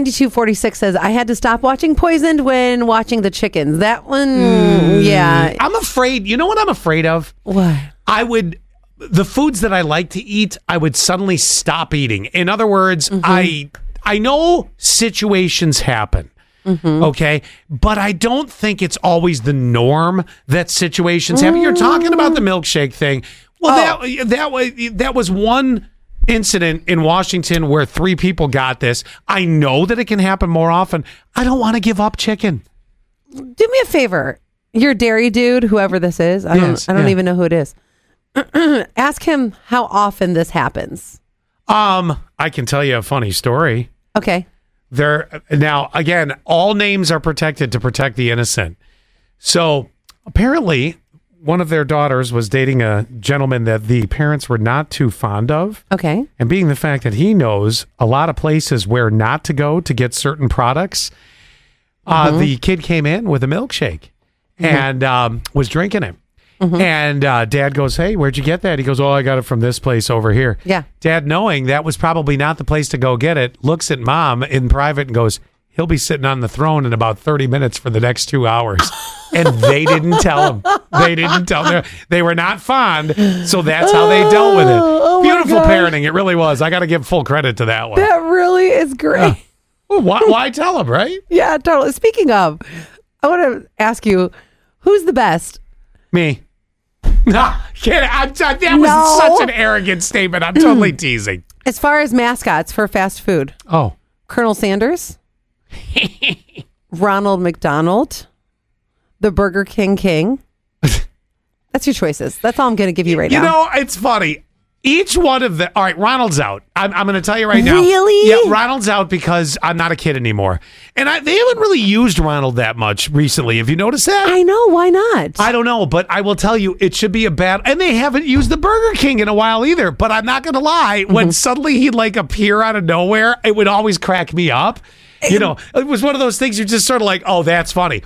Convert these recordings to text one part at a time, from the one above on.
9246 says, I had to stop watching Poisoned when watching The Chickens. That one, yeah. I'm afraid. You know what I'm afraid of? Hmm. What? I would the foods that I like to eat, I would suddenly stop eating. In other words, I I know situations happen. Okay, but I don't think it's always the norm that situations happen. You're talking about the milkshake thing. Well, that that was that was one incident in Washington where three people got this. I know that it can happen more often. I don't want to give up chicken. Do me a favor. Your dairy dude, whoever this is, I Yes, don't, I don't yeah. even know who it is. Ask him how often this happens. Um, I can tell you a funny story. Okay. There now again, all names are protected to protect the innocent. So apparently, one of their daughters was dating a gentleman that the parents were not too fond of, Okay. and being the fact that he knows a lot of places where not to go to get certain products, uh, Mm-hmm. the kid came in with a milkshake and um, was drinking it. Mm-hmm. And uh, dad goes, Hey, where'd you get that? He goes, Oh, I got it from this place over here. Yeah. Dad, knowing that was probably not the place to go get it, looks at mom in private and goes, He'll be sitting on the throne in about 30 minutes for the next two hours. And they didn't tell him. They didn't tell them. They were not fond. So that's how they dealt with it. Oh, oh my Beautiful gosh. parenting. It really was. I got to give full credit to that one. That really is great. Well, why, why tell him, right? Yeah, totally. Speaking of, I want to ask you, who's the best? Me. No, kidding. I'm t- that was No. such an arrogant statement. I'm totally teasing. As far as mascots for fast food, Oh, Colonel Sanders, Ronald McDonald, the Burger King King. That's your choices. That's all I'm going to give you right you now. know, it's funny. Each one of the all right, Ronald's out. I'm, I'm going to tell you right now. Really? Yeah, Ronald's out because I'm not a kid anymore, and I, they haven't really used Ronald that much recently. Have you noticed that? I know. Why not? I don't know, but I will tell you, it should be a bad. And they haven't used the Burger King in a while either. But I'm not going to lie, Mm-hmm. when suddenly he'd like appear out of nowhere, it would always crack me up. You know, it was one of those things you're just sort of like, oh, that's funny.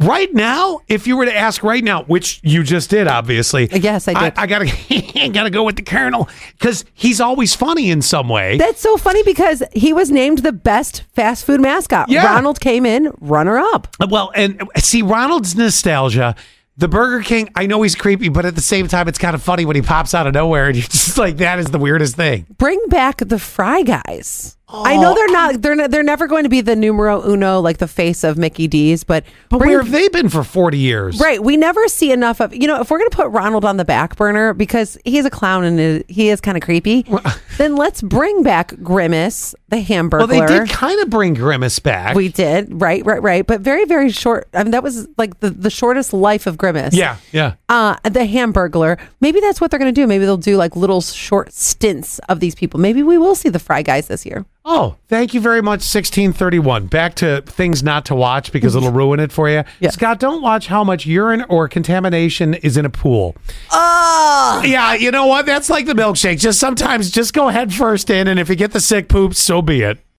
Right now, if you were to ask right now, which you just did, obviously. Yes, I did. I, gotta, I gotta go with the Colonel because he's always funny in some way. That's so funny because he was named the best fast food mascot. Yeah. Ronald came in runner up. Well, and uh, see, Ronald's nostalgia. The Burger King, I know he's creepy, but at the same time, it's kind of funny when he pops out of nowhere and you're just like, that is the weirdest thing. Bring back the Fry Guys. I Oh. know they're not they're not, they're never going to be the numero uno like the face of Mickey D's, but, But bring where have they been for 40 years? Right. We never see enough of, you know, if we're going to put Ronald on the back burner because he's a clown and it- he is kind of creepy, then let's bring back Grimace, the hamburger. Well, they did kind of bring Grimace back. we did. Right, right, right. But very, very short. I mean, that was like the, the shortest life of Grimace. yeah, yeah. Uh, the Hamburglar. Maybe that's what they're going to do. Maybe they'll do like little short stints of these people. Maybe we will see the Fry Guys this year. Oh, thank you very much, 1631. Back to things not to watch because it'll ruin it for you. Yeah. Scott, don't watch how much urine or contamination is in a pool. Oh, Yeah, you know what? That's like the milkshake. Just sometimes just go head first in, and if you get the sick poop, so be it.